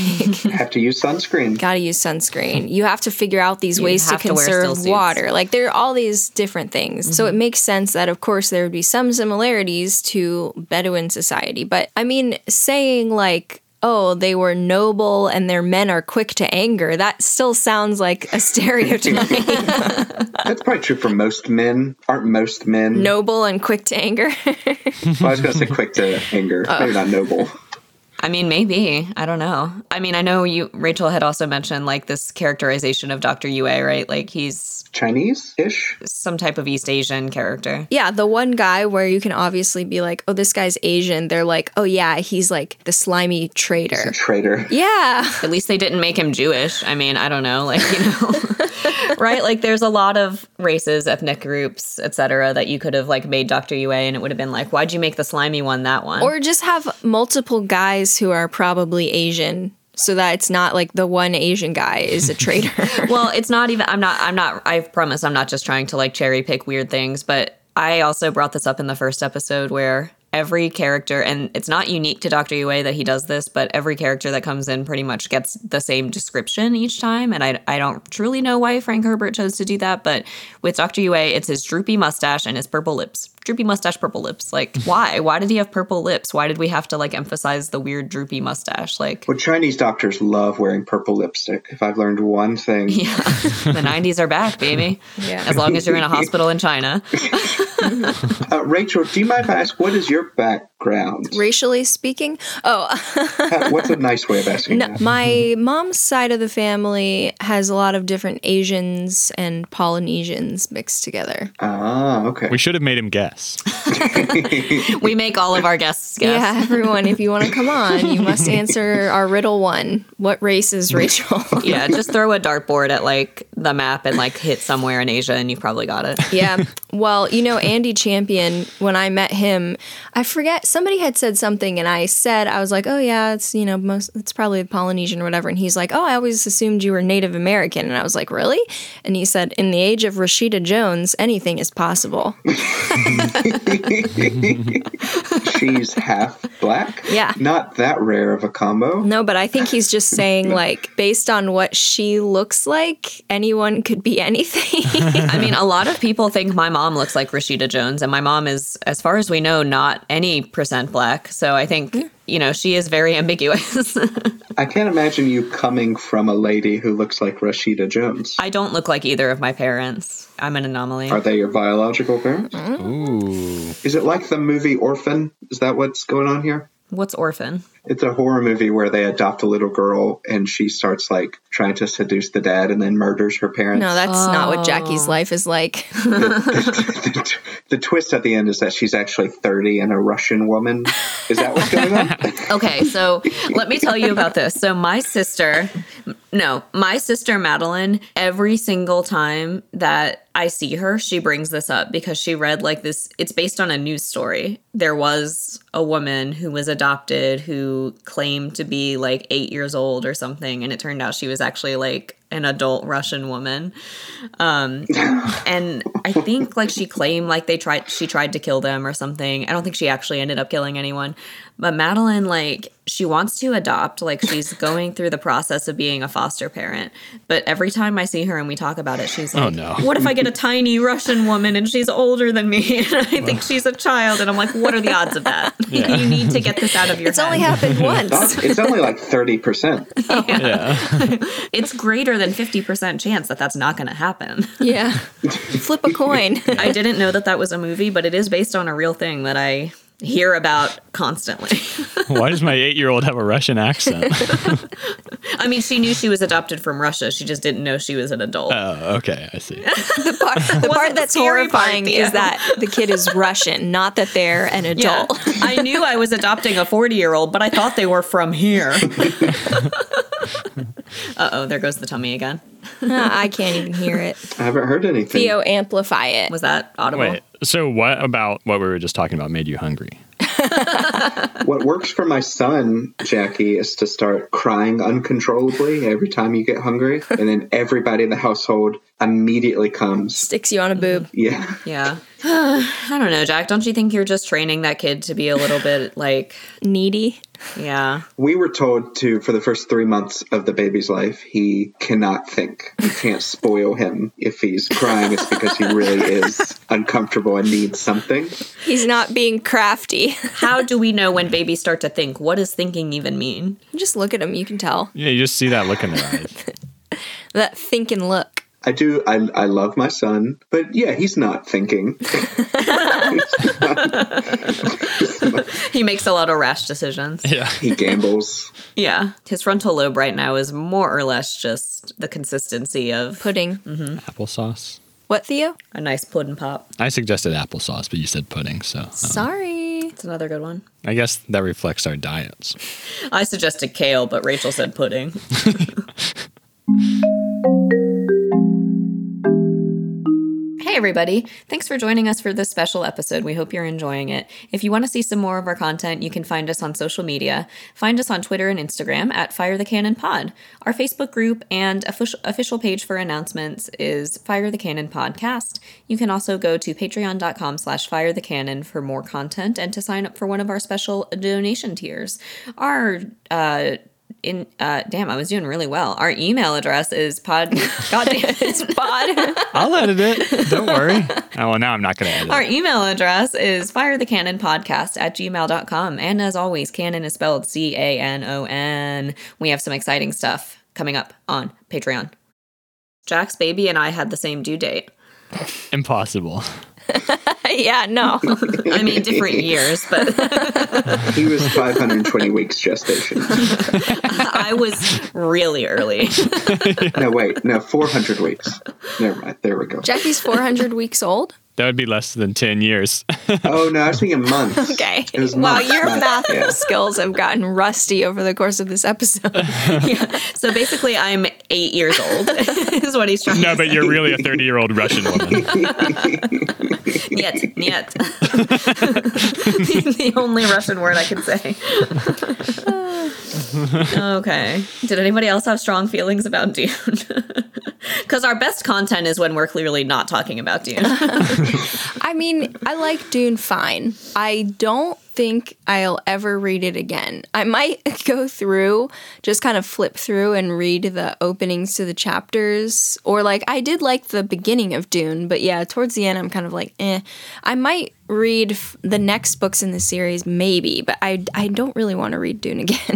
S4: have to use sunscreen.
S1: Gotta use <laughs> sunscreen. You have to figure out these ways to
S3: have to wear
S1: conserve
S3: stillsuits.
S1: water. Like there are all these different things. So it makes sense that of course there would be some similarities to Bedouin society. But I mean, saying like Oh, they were noble and their men are quick to anger. That still sounds like a <laughs> stereotype.
S4: That's probably true for most men. Aren't most men?
S1: noble and quick to anger. <laughs>
S4: Well, I was going to say quick to anger.
S1: Uh.
S4: Maybe not noble.
S3: I mean, maybe. I don't know. I mean, I know you, Rachel had also mentioned like this characterization of Dr. Yue, right? Like he's
S4: Chinese ish.
S3: some type of East Asian character.
S1: yeah, the one guy where you can obviously be like, oh, this guy's Asian. They're like, oh, yeah, he's like the slimy traitor.
S4: Traitor.
S1: Yeah.
S3: At least they didn't make him Jewish. I mean, I don't know. Like, you know, <laughs> right? Like there's a lot of races, ethnic groups, etc. that you could have like made Dr. Yue and it would have been like, why'd you make the slimy one that one?
S1: Or just have multiple guys who are probably Asian. so that it's not like the one Asian guy is a traitor. <laughs>
S3: well, it's not even I'm not I'm not I promise I'm not just trying to like cherry pick weird things, but I also brought this up in the first episode where every character and it's not unique to Dr. Yue that he does this, but every character that comes in pretty much gets the same description each time and I I don't truly know why Frank Herbert chose to do that, but with Dr. Yue it's his droopy mustache and his purple lips. Droopy mustache, purple lips. Like why? why did he have purple lips? Why did we have to like emphasize the weird droopy mustache? Like
S4: Well, Chinese doctors love wearing purple lipstick. If I've learned one thing,
S3: Yeah. the 90s are back, baby.
S1: Yeah.
S3: As long as you're in a hospital in China.
S4: uh, Rachel, do you mind if I ask what is your background?
S1: Racially speaking, oh,
S4: How- What's a
S1: <laughs>
S4: nice way of asking
S1: No,
S4: that?
S1: my mom's side of the family has a lot of different Asians and Polynesians mixed together.
S4: Ah, okay.
S2: We should have made him guess.
S3: We make all of our guests guess.
S1: Yeah, everyone, if you want to come on, you must answer our riddle one. What race <laughs> is Rachel?
S3: Yeah. just throw a dartboard at like the map and like hit somewhere in Asia and you've probably got it.
S1: yeah. Well, you know, Andy Champion, when I met him, I forget somebody had said something and I said, I was like, Oh yeah, it's you know, most it's probably Polynesian or whatever. And he's like, Oh, I always assumed you were Native American and I was like, Really? And he said, In the age of Rashida Jones, anything is possible.
S4: <laughs> She's half black.
S1: Yeah. Mm.
S4: Not that rare of a combo.
S1: No, but I think he's just saying like based on what she looks like, anyone could be anything. <laughs>
S3: I mean, a lot of people think my mom looks like Rashida Jones, and my mom is, as far as we know, not any percent black. So I think, you know, she is very ambiguous. <laughs>
S4: I can't imagine you coming from a lady who looks like Rashida Jones.
S3: I don't look like either of my parents. I'm an anomaly.
S4: Are they your biological parents?
S2: Ooh.
S4: Is it like the movie Orphan? Is that what's going on here?
S3: What's orphan?
S4: It's a horror movie where they adopt a little girl and she starts like trying to seduce the dad and then murders her parents.
S1: no, that's not what Jackie's life is like.
S4: the, <laughs> the twist at the end is that she's actually 30 and a Russian woman. Is that what's
S1: <laughs>
S4: going on?
S3: Okay, so let me tell you about this. So my sister, no, my sister Madeline, every single time that I see her, she brings this up because she read like this, it's based on a news story. There was a woman who was adopted who claimed to be like 8 years old or something and it turned out she was actually like an adult Russian woman. Um and I think like she claimed like they tried she tried to kill them or something. I don't think she actually ended up killing anyone. But Madeline like she wants to adopt, like she's going through the process of being a foster parent. But every time I see her and we talk about it, she's like,
S2: no.
S3: "What if I get a tiny Russian woman and she's older than me <laughs> and I think she's a child?" And I'm like, "What are the odds of that? you need to get this out of your
S1: It's only
S3: head.
S1: happened once.
S4: Not- It's only like 30%.
S2: Yeah.
S3: it's greater than 50% chance that that's not going to happen."
S1: yeah. Flip a coin.
S3: I didn't know that that was a movie, but it is based on a real thing that I hear about constantly.
S2: Why does my eight year old have a Russian accent?
S3: <laughs> I mean, she knew she was adopted from Russia. She just didn't know she was an adult.
S2: <laughs> oh, okay. I see.
S1: The <laughs> part, the part that's
S3: scary part,
S1: horrifying is
S3: Theo.
S1: that the kid <laughs> is Russian, not that they're an <laughs>
S3: Yeah.
S1: adult.
S3: <laughs> I knew I was adopting a 40 year old, but I thought they were from <laughs> here. uh oh, there goes the tummy again.
S1: I can't even hear it.
S4: I haven't heard anything.
S1: <laughs> Theo, amplify it.
S3: Was that audible?
S2: Wait. So, what about what we were just talking about made you hungry?
S4: What works for my son, Jackie, is to start crying uncontrollably every time you get hungry. And then everybody in the household immediately comes.
S1: Sticks you on a boob.
S4: Yeah.
S3: Yeah. <sighs> I don't know, Jack. Don't you think you're just training that kid to be a little bit like,
S1: Needy.
S3: yeah.
S4: We were told to, for the first three months of the baby's life, he cannot think. You can't spoil him. If he's crying, it's because he really is uncomfortable and needs something.
S1: He's not being crafty. <laughs>
S3: How do we know when babies start to think? What does thinking even mean?
S1: Just look at him, you can tell.
S2: Yeah, you just see that look in their eyes.
S1: That thinking look.
S4: I do, I, I love my son, but yeah, he's not thinking.
S3: He makes a lot of rash decisions.
S2: <laughs> Yeah.
S4: He gambles.
S3: Yeah. His frontal lobe right now is more or less just the consistency of
S1: Pudding.
S2: Applesauce.
S1: What, Theo?
S3: a nice pudding pop.
S2: I suggested applesauce, but you said pudding, so
S1: Oh.
S2: uh,
S1: Sorry. <laughs>
S3: It's another good one.
S2: I guess that reflects our diets.
S3: I suggested kale, but Rachel said pudding. hey, everybody. Thanks for joining us for this special episode. We hope you're enjoying it. If you want to see some more of our content, you can find us on social media. Find us on Twitter and Instagram at Fire the Cannon Pod. Our Facebook group and offic- official page for announcements is Fire the Cannon Podcast. You can also go to patreon.com slash fire the cannon for more content and to sign up for one of our special donation tiers. Our uh in uh damn, I was doing really well. Our email address is pod <laughs> God damn it's pod
S2: I'll edit it. Don't worry. <laughs> Oh, well, now I'm not going to edit.
S3: Our
S2: it.
S3: email address is firethecannonpodcast at gmail.com. And as always, cannon is spelled C A N O N. We have some exciting stuff coming up on Patreon. Jack's baby and I had the same due date.
S2: Impossible.
S1: yeah, <laughs> no.
S3: I mean, different years, but <laughs>
S4: He was 520 weeks gestation.
S3: I was really early.
S4: No, wait, no, 400 weeks. Never mind. There we go.
S1: Jackie's 400 weeks old.
S2: That would be less than 10 years. <laughs>
S4: Oh no, I was thinking months.
S1: Okay.
S4: It was
S1: Wow,
S4: months,
S1: your
S4: not-
S1: math
S4: yeah.
S1: skills have gotten rusty over the course of this
S4: <laughs>
S1: episode.
S3: So basically, I'm eight years old, <laughs> is what he's trying
S2: no,
S3: to say.
S2: but you're really a 30 year old Russian woman.
S3: Niet, niet. <laughs> the only Russian word I could say. okay. Did anybody else have strong feelings about Dune? <laughs> Because our best content is when we're clearly not talking about Dune.
S1: I mean, I like Dune fine. I don't think I'll ever read it again. I might <laughs> go through, just kind of flip through and read the openings to the chapters. Or, like, I did like the beginning of Dune, but yeah, towards the end, I'm kind of like, eh. I might read f- the next books in the series, maybe, but I, I don't really want to read Dune again. <laughs>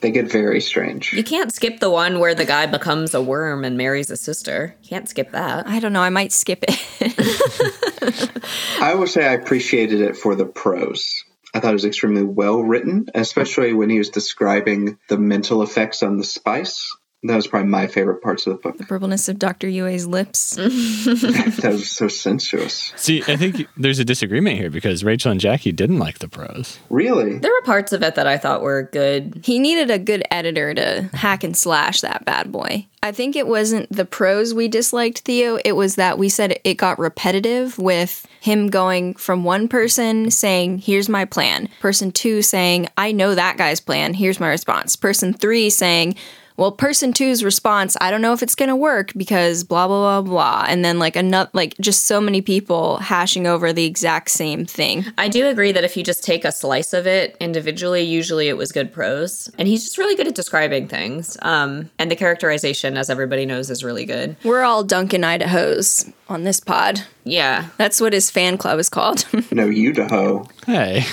S4: They get very strange.
S3: you can't skip the one where the guy becomes a worm and marries a sister. Can't skip that.
S1: I don't know. I might skip it. <laughs>
S4: I will say I appreciated it for the prose. I thought it was extremely well written, especially when he was describing the mental effects on the spice. That was probably my favorite parts of the
S3: <laughs>
S4: book.
S1: the purpleness of Dr. Yue's lips.
S4: that was so sensuous.
S2: <laughs> See, I think there's a disagreement here because Rachel and Jackie didn't like the prose.
S4: Really?
S3: There were parts of it that I thought were good.
S1: He needed a good editor to hack and slash that bad boy. I think it wasn't the prose we disliked, Theo. It was that we said it got repetitive with him going from one person saying, Here's my plan. Person two saying, I know that guy's plan. Here's my response. Person three saying, well, person two's response, I don't know if it's gonna work because blah blah blah blah, and then like another, like just so many people hashing over the exact same thing.
S3: I do agree that if you just take a slice of it individually, usually it was good prose. And he's just really good at describing things. Um, and the characterization, as everybody knows, is really good.
S1: We're all Duncan Idaho's on this pod.
S3: Yeah.
S1: That's what his fan club is called. <laughs>
S4: No, Idaho.
S2: Hey,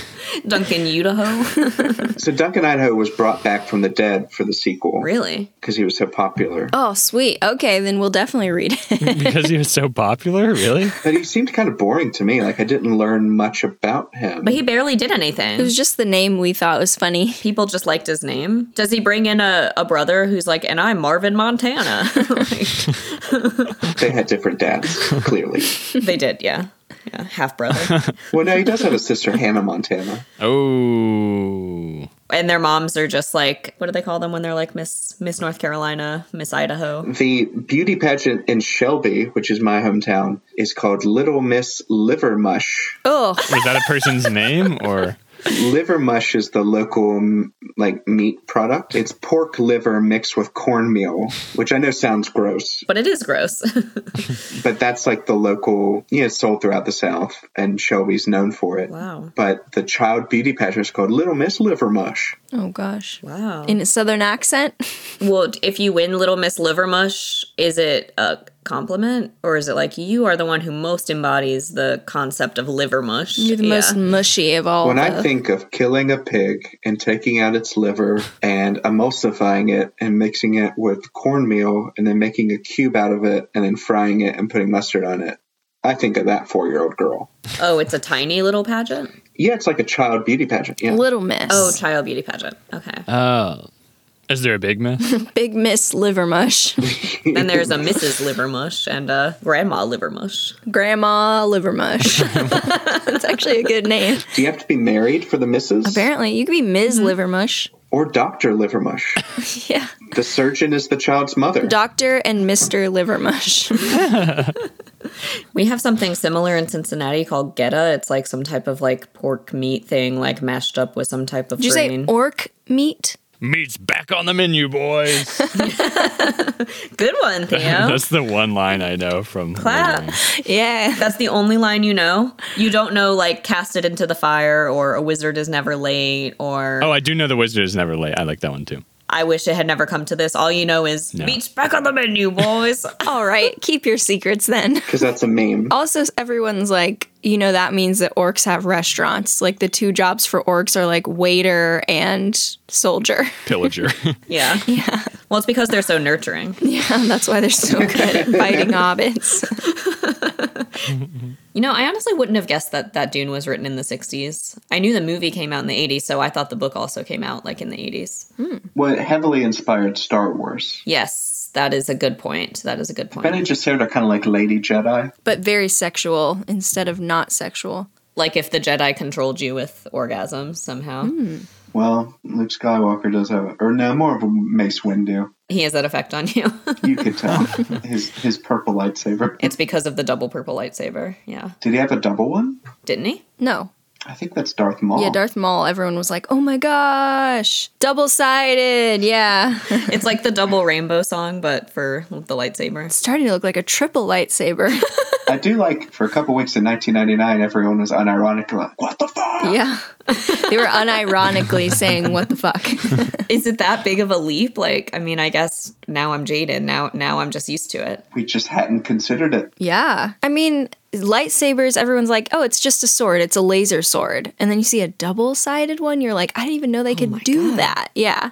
S3: Duncan Idaho. <laughs>
S4: So Duncan Idaho was brought back from the dead for the sequel
S3: really?
S4: because he was so popular.
S1: oh, sweet. Okay, then we'll definitely read it.
S2: because he was so popular, really?
S4: But he seemed kind of boring to me. Like I didn't learn much about him.
S3: But he barely did
S1: it
S3: anything.
S1: was just the name we thought was funny.
S3: People just liked his name. Does he bring in a, a brother who's like, and I'm Marvin Montana? <laughs> Like,
S4: they had different
S3: <laughs>
S4: dads, clearly.
S3: they did, yeah. Yeah, half brother.
S4: Well, no, he does have a sister, Hannah Montana.
S2: Oh.
S3: and their moms are just like, what do they call them when they're like Miss Miss North Carolina, Miss Idaho?
S4: The beauty pageant in Shelby, which is my hometown, is called Little Miss Liver Mush.
S1: Oh,
S2: Was that a person's name or?
S4: Liver mush is the local mm, like meat product. It's pork liver mixed with cornmeal, which I know sounds gross,
S3: But it is gross. <laughs>
S4: but that's like the local. Yeah, it's sold throughout the South, and Shelby's known for it.
S3: wow.
S4: But the child beauty pageant is called Little Miss Liver Mush.
S1: <laughs> oh gosh.
S3: Wow.
S1: In a southern accent?
S3: Well, if you win Little Miss Livermush, is it a compliment or is it like you are the one who most embodies the concept of livermush?
S1: You're the most mushy of all.
S4: When I
S1: the-
S4: think of killing a pig and taking out its liver and emulsifying it and mixing it with cornmeal and then making a cube out of it and then frying it and putting mustard on it, I think of that four year old girl.
S3: Oh, it's a tiny little pageant.
S4: Yeah, it's like a child beauty pageant. Yeah.
S1: Little Miss.
S3: Oh, child beauty pageant. Okay.
S2: Oh. Is there a big myth?
S1: Big Miss
S4: <laughs>
S1: Livermush.
S3: Then there's a Mrs. Livermush and a Grandma Livermush.
S1: Grandma
S4: <laughs>
S1: Livermush. That's actually a good name.
S4: Do you have to be married for the missus?
S1: Apparently, you could be Ms. Livermush.
S4: Or Dr. Livermush?
S1: Mm-hmm. Yeah.
S4: the surgeon is the child's mother.
S1: <laughs> Doctor and Mr. Livermush.
S3: We have something similar in Cincinnati called geta. It's like some type of like pork meat thing, like mashed up with some type of
S1: Did you
S3: grain.
S1: say orc meat?
S2: Meat's back on the menu, boys.
S3: Good one,
S2: <laughs>
S3: Theo.
S2: That's the one line I know from.
S3: Oh. Clap.
S1: Yeah.
S3: That's the only line you know. You don't know like cast it into the fire or a wizard is never late or
S2: Oh, I do know the wizard is never late. I like that one too.
S3: I wish it had never come to this. All you know is
S2: No.
S3: beach back on the menu, <laughs> boys.
S1: All right. Keep your secrets then.
S4: because that's a meme.
S1: Also, everyone's like, you know, that means that orcs have restaurants. Like, the two jobs for orcs are like waiter and soldier. <laughs>
S2: <laughs> Pillager.
S3: yeah. Yeah. Well, it's because they're so nurturing.
S1: Yeah, that's why they're so good at fighting hobbits.
S3: You know, I honestly wouldn't have guessed that that Dune was written in the 60s. I knew the movie came out in the 80s, so I thought the book also came out like in the 80s.
S4: What heavily inspired Star Wars.
S3: Yes, that is a good point. That is a good
S4: Bene
S3: point.
S4: Gesserit are kind of like Lady Jedi.
S1: But very sexual instead of not sexual.
S3: Like if the Jedi controlled you with orgasms somehow.
S4: Well, Luke Skywalker does have, or no, more of a Mace Windu.
S3: He has that effect on you. <laughs>
S4: You
S1: <laughs>
S4: could tell his his purple lightsaber.
S3: it's because of the double purple lightsaber. Yeah.
S4: Did he have a double one?
S3: Didn't he?
S1: No.
S4: I think that's Darth Maul.
S1: Yeah, Darth Maul, everyone was like, oh my gosh, double sided. Yeah.
S3: It's like the double rainbow song, but for the lightsaber.
S1: Starting to look like a triple lightsaber. <laughs>
S4: I do like for a couple weeks in 1999, everyone was unironically like, "What the fuck?"
S1: yeah. They were unironically saying, what the fuck?
S3: Is it that big of a leap? Like, I mean, I guess now I'm jaded. Now now I'm just used to it.
S4: We just hadn't considered it.
S1: yeah. I mean, lightsabers, everyone's like, oh, it's just a sword, it's a laser sword. And then you see a double sided one, you're like, I didn't even know they could do that. Yeah.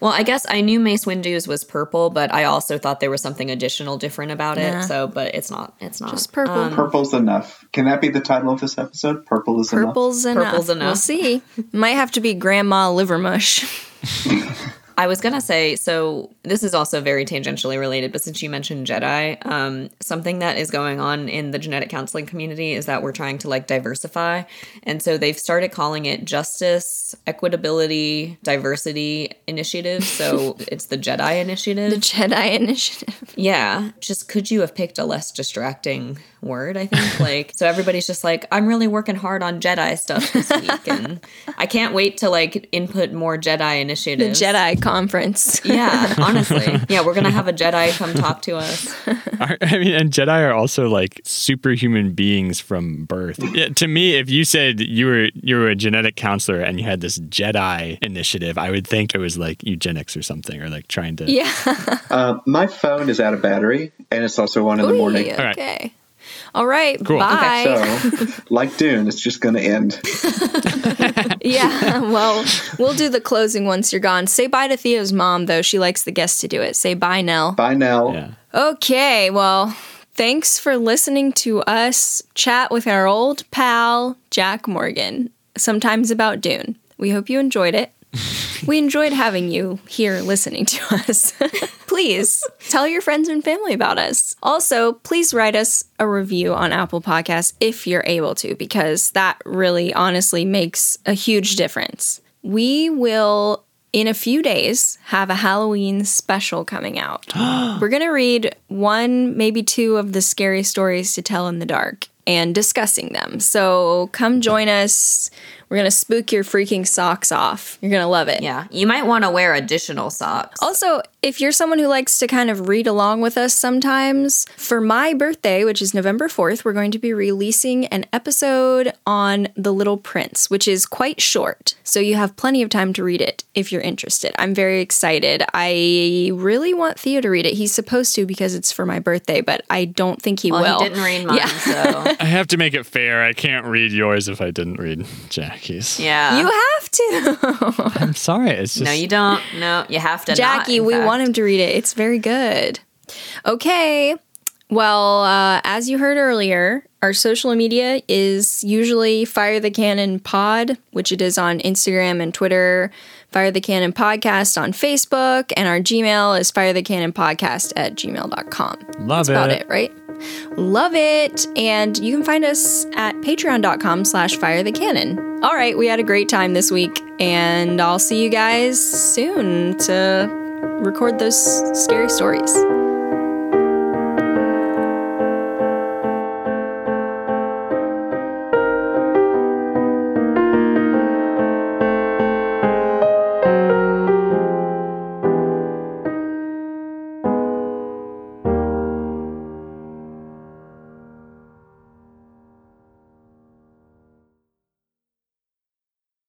S3: Well, I guess I knew Mace Windu's was purple, but I also thought there was something additional different about it.
S1: Nah.
S3: So, but it's not. It's not. Um,
S1: Just purple.
S4: Purple's enough. Can that be the title of this episode? Purple is enough.
S1: Purple's enough.
S3: Purple's enough.
S1: We'll see. Might have to be Grandma Livermush.
S3: I was gonna say. So this is also very tangentially related, but since you mentioned Jedi, um, something that is going on in the genetic counseling community is that we're trying to like diversify, and so they've started calling it Justice, Equitability, Diversity Initiative. <laughs> So it's the Jedi Initiative.
S1: <laughs> The Jedi Initiative.
S3: Yeah. Just could you have picked a less distracting word,
S1: <laughs>
S3: I think? Like, so everybody's just like, I'm really working hard on Jedi stuff
S1: <laughs>
S3: this week. And I can't wait to like input more Jedi
S1: The
S3: initiatives.
S1: Jedi <laughs> Conference.
S3: Yeah,
S1: <laughs>
S3: honestly. Yeah, we're going to have a Jedi come talk to us.
S2: Are- I mean, and Jedi are also like superhuman beings from birth. Yeah, to me, if you said you were you were a genetic counselor and you had this Jedi initiative, I would think it was like eugenics or something, or like trying to.
S1: Yeah.
S4: Uh, my phone is out of battery, and it's also one in the morning.
S1: Ooh,
S2: All right.
S1: okay. All right.
S2: Cool.
S1: Bye.
S4: So, like Dune, it's just going to end.
S1: <laughs> <laughs> Yeah. Well, we'll do the closing once you're gone. Say bye to Theo's mom, though. She likes the guests to do it. Say bye, Nell.
S4: Bye now.
S2: Yeah.
S1: Okay. Well, thanks for listening to us chat with our old pal, Jack Morgan, sometimes about Dune. We hope you enjoyed it. <laughs> We enjoyed having you here listening to <laughs> us. please tell your friends and family about us. Also, please write us a review on Apple Podcasts if you're able to, because that really honestly makes a huge difference. We will, in a few days, have a Halloween special coming out. We're going to read one, maybe two of the scary stories to tell in the dark and discussing them. So come join us. We're going to spook your freaking socks off. You're going to love it.
S3: Yeah. You might want to wear additional socks.
S1: Also, if you're someone who likes to kind of read along with us sometimes, for my birthday, which is November 4th, we're going to be releasing an episode on The Little Prince, which is quite short. So you have plenty of time to read it if you're interested. I'm very excited. I really want Theo to read it. He's supposed to because it's for my birthday, but I don't think he
S3: Well,
S1: will.
S3: he didn't read mine,
S1: Yeah.
S3: so
S2: I have to make it fair. I can't read yours if I didn't read Jackie's.
S3: yeah.
S1: <laughs> You have to.
S2: I'm sorry. It's just
S3: no, you don't. No, you have to. not,
S1: Jackie,
S3: in
S1: we
S3: fact.
S1: want him to read it. It's very good. Okay. Well, uh, as you heard earlier, our social media is usually Fire the Cannon Pod, which it is on Instagram and Twitter, Fire the Cannon Podcast on Facebook, and our Gmail is Fire the Cannon Podcast at gmail.com.
S2: love
S1: That's about it, right? Love it. And you can find us at patreon.com slash fire the cannon. All right, we had a great time this week, and I'll see you guys soon to record those scary stories.